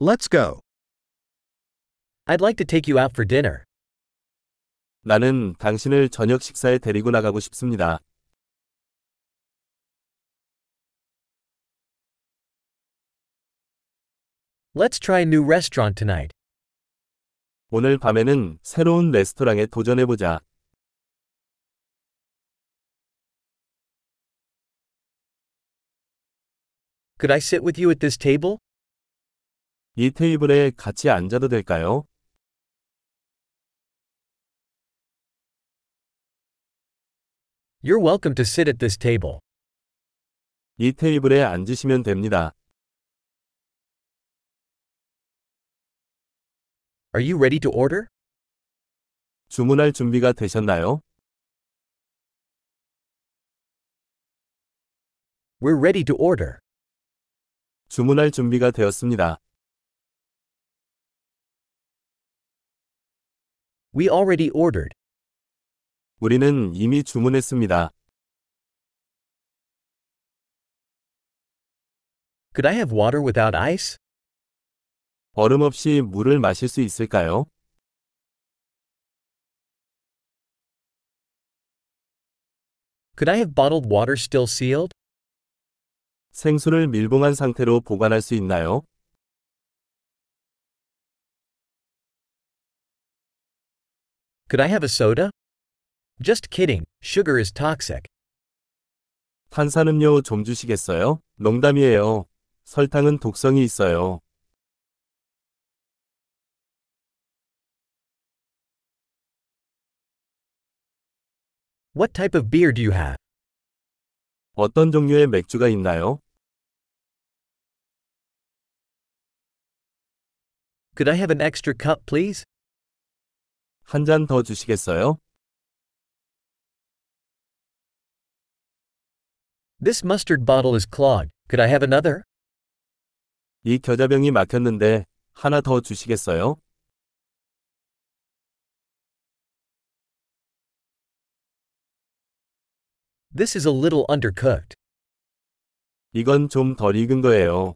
Let's go. I'd like to take you out for dinner. 나는 당신을 저녁 식사에 데리고 나가고 싶습니다. Let's try a new restaurant tonight. 오늘 밤에는 새로운 레스토랑에 도전해보자. Could I sit with you at this table? 이 테이블에 같이 앉아도 될까요? You're welcome to sit at this table. 이 테이블에 앉으시면 됩니다. Are you ready to order? 주문할 준비가 되셨나요? We're ready to order. 주문할 준비가 되었습니다. We already ordered. 우리는 이미 주문했습니다. Could I have water without ice? 얼음 없이 물을 마실 수 있을까요? Could I have bottled water still sealed? 생수를 밀봉한 상태로 보관할 수 있나요? Could I have a soda? Just kidding, sugar is toxic. 탄산음료 좀 주시겠어요? 농담이에요. 설탕은 독성이 있어요. What type of beer do you have? 어떤 종류의 맥주가 있나요? Could I have an extra cup, please? 한 잔 더 주시겠어요? This mustard bottle is clogged. Could I have another? 이 겨자병이 막혔는데 하나 더 주시겠어요? This is a little undercooked. 이건 좀 덜 익은 거예요.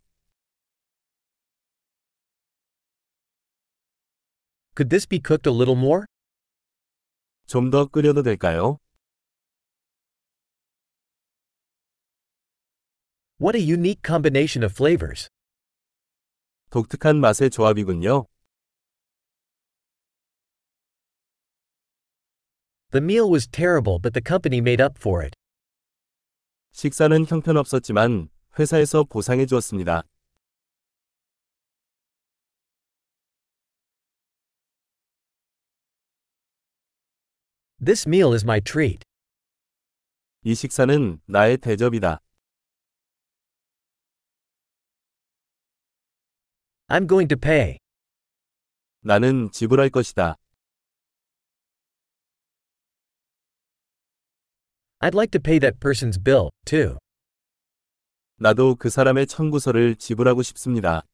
Could this be cooked a little more? 좀 더 끓여도 될까요? What a unique combination of flavors. 독특한 맛의 조합이군요. The meal was terrible, but the company made up for it. 식사는 형편없었지만 회사에서 보상해 주었습니다. This meal is my treat. 이 식사는 나의 대접이다. I'm going to pay. 나는 지불할 것이다. I'd like to pay that person's bill, too. 나도 그 사람의 청구서를 지불하고 싶습니다.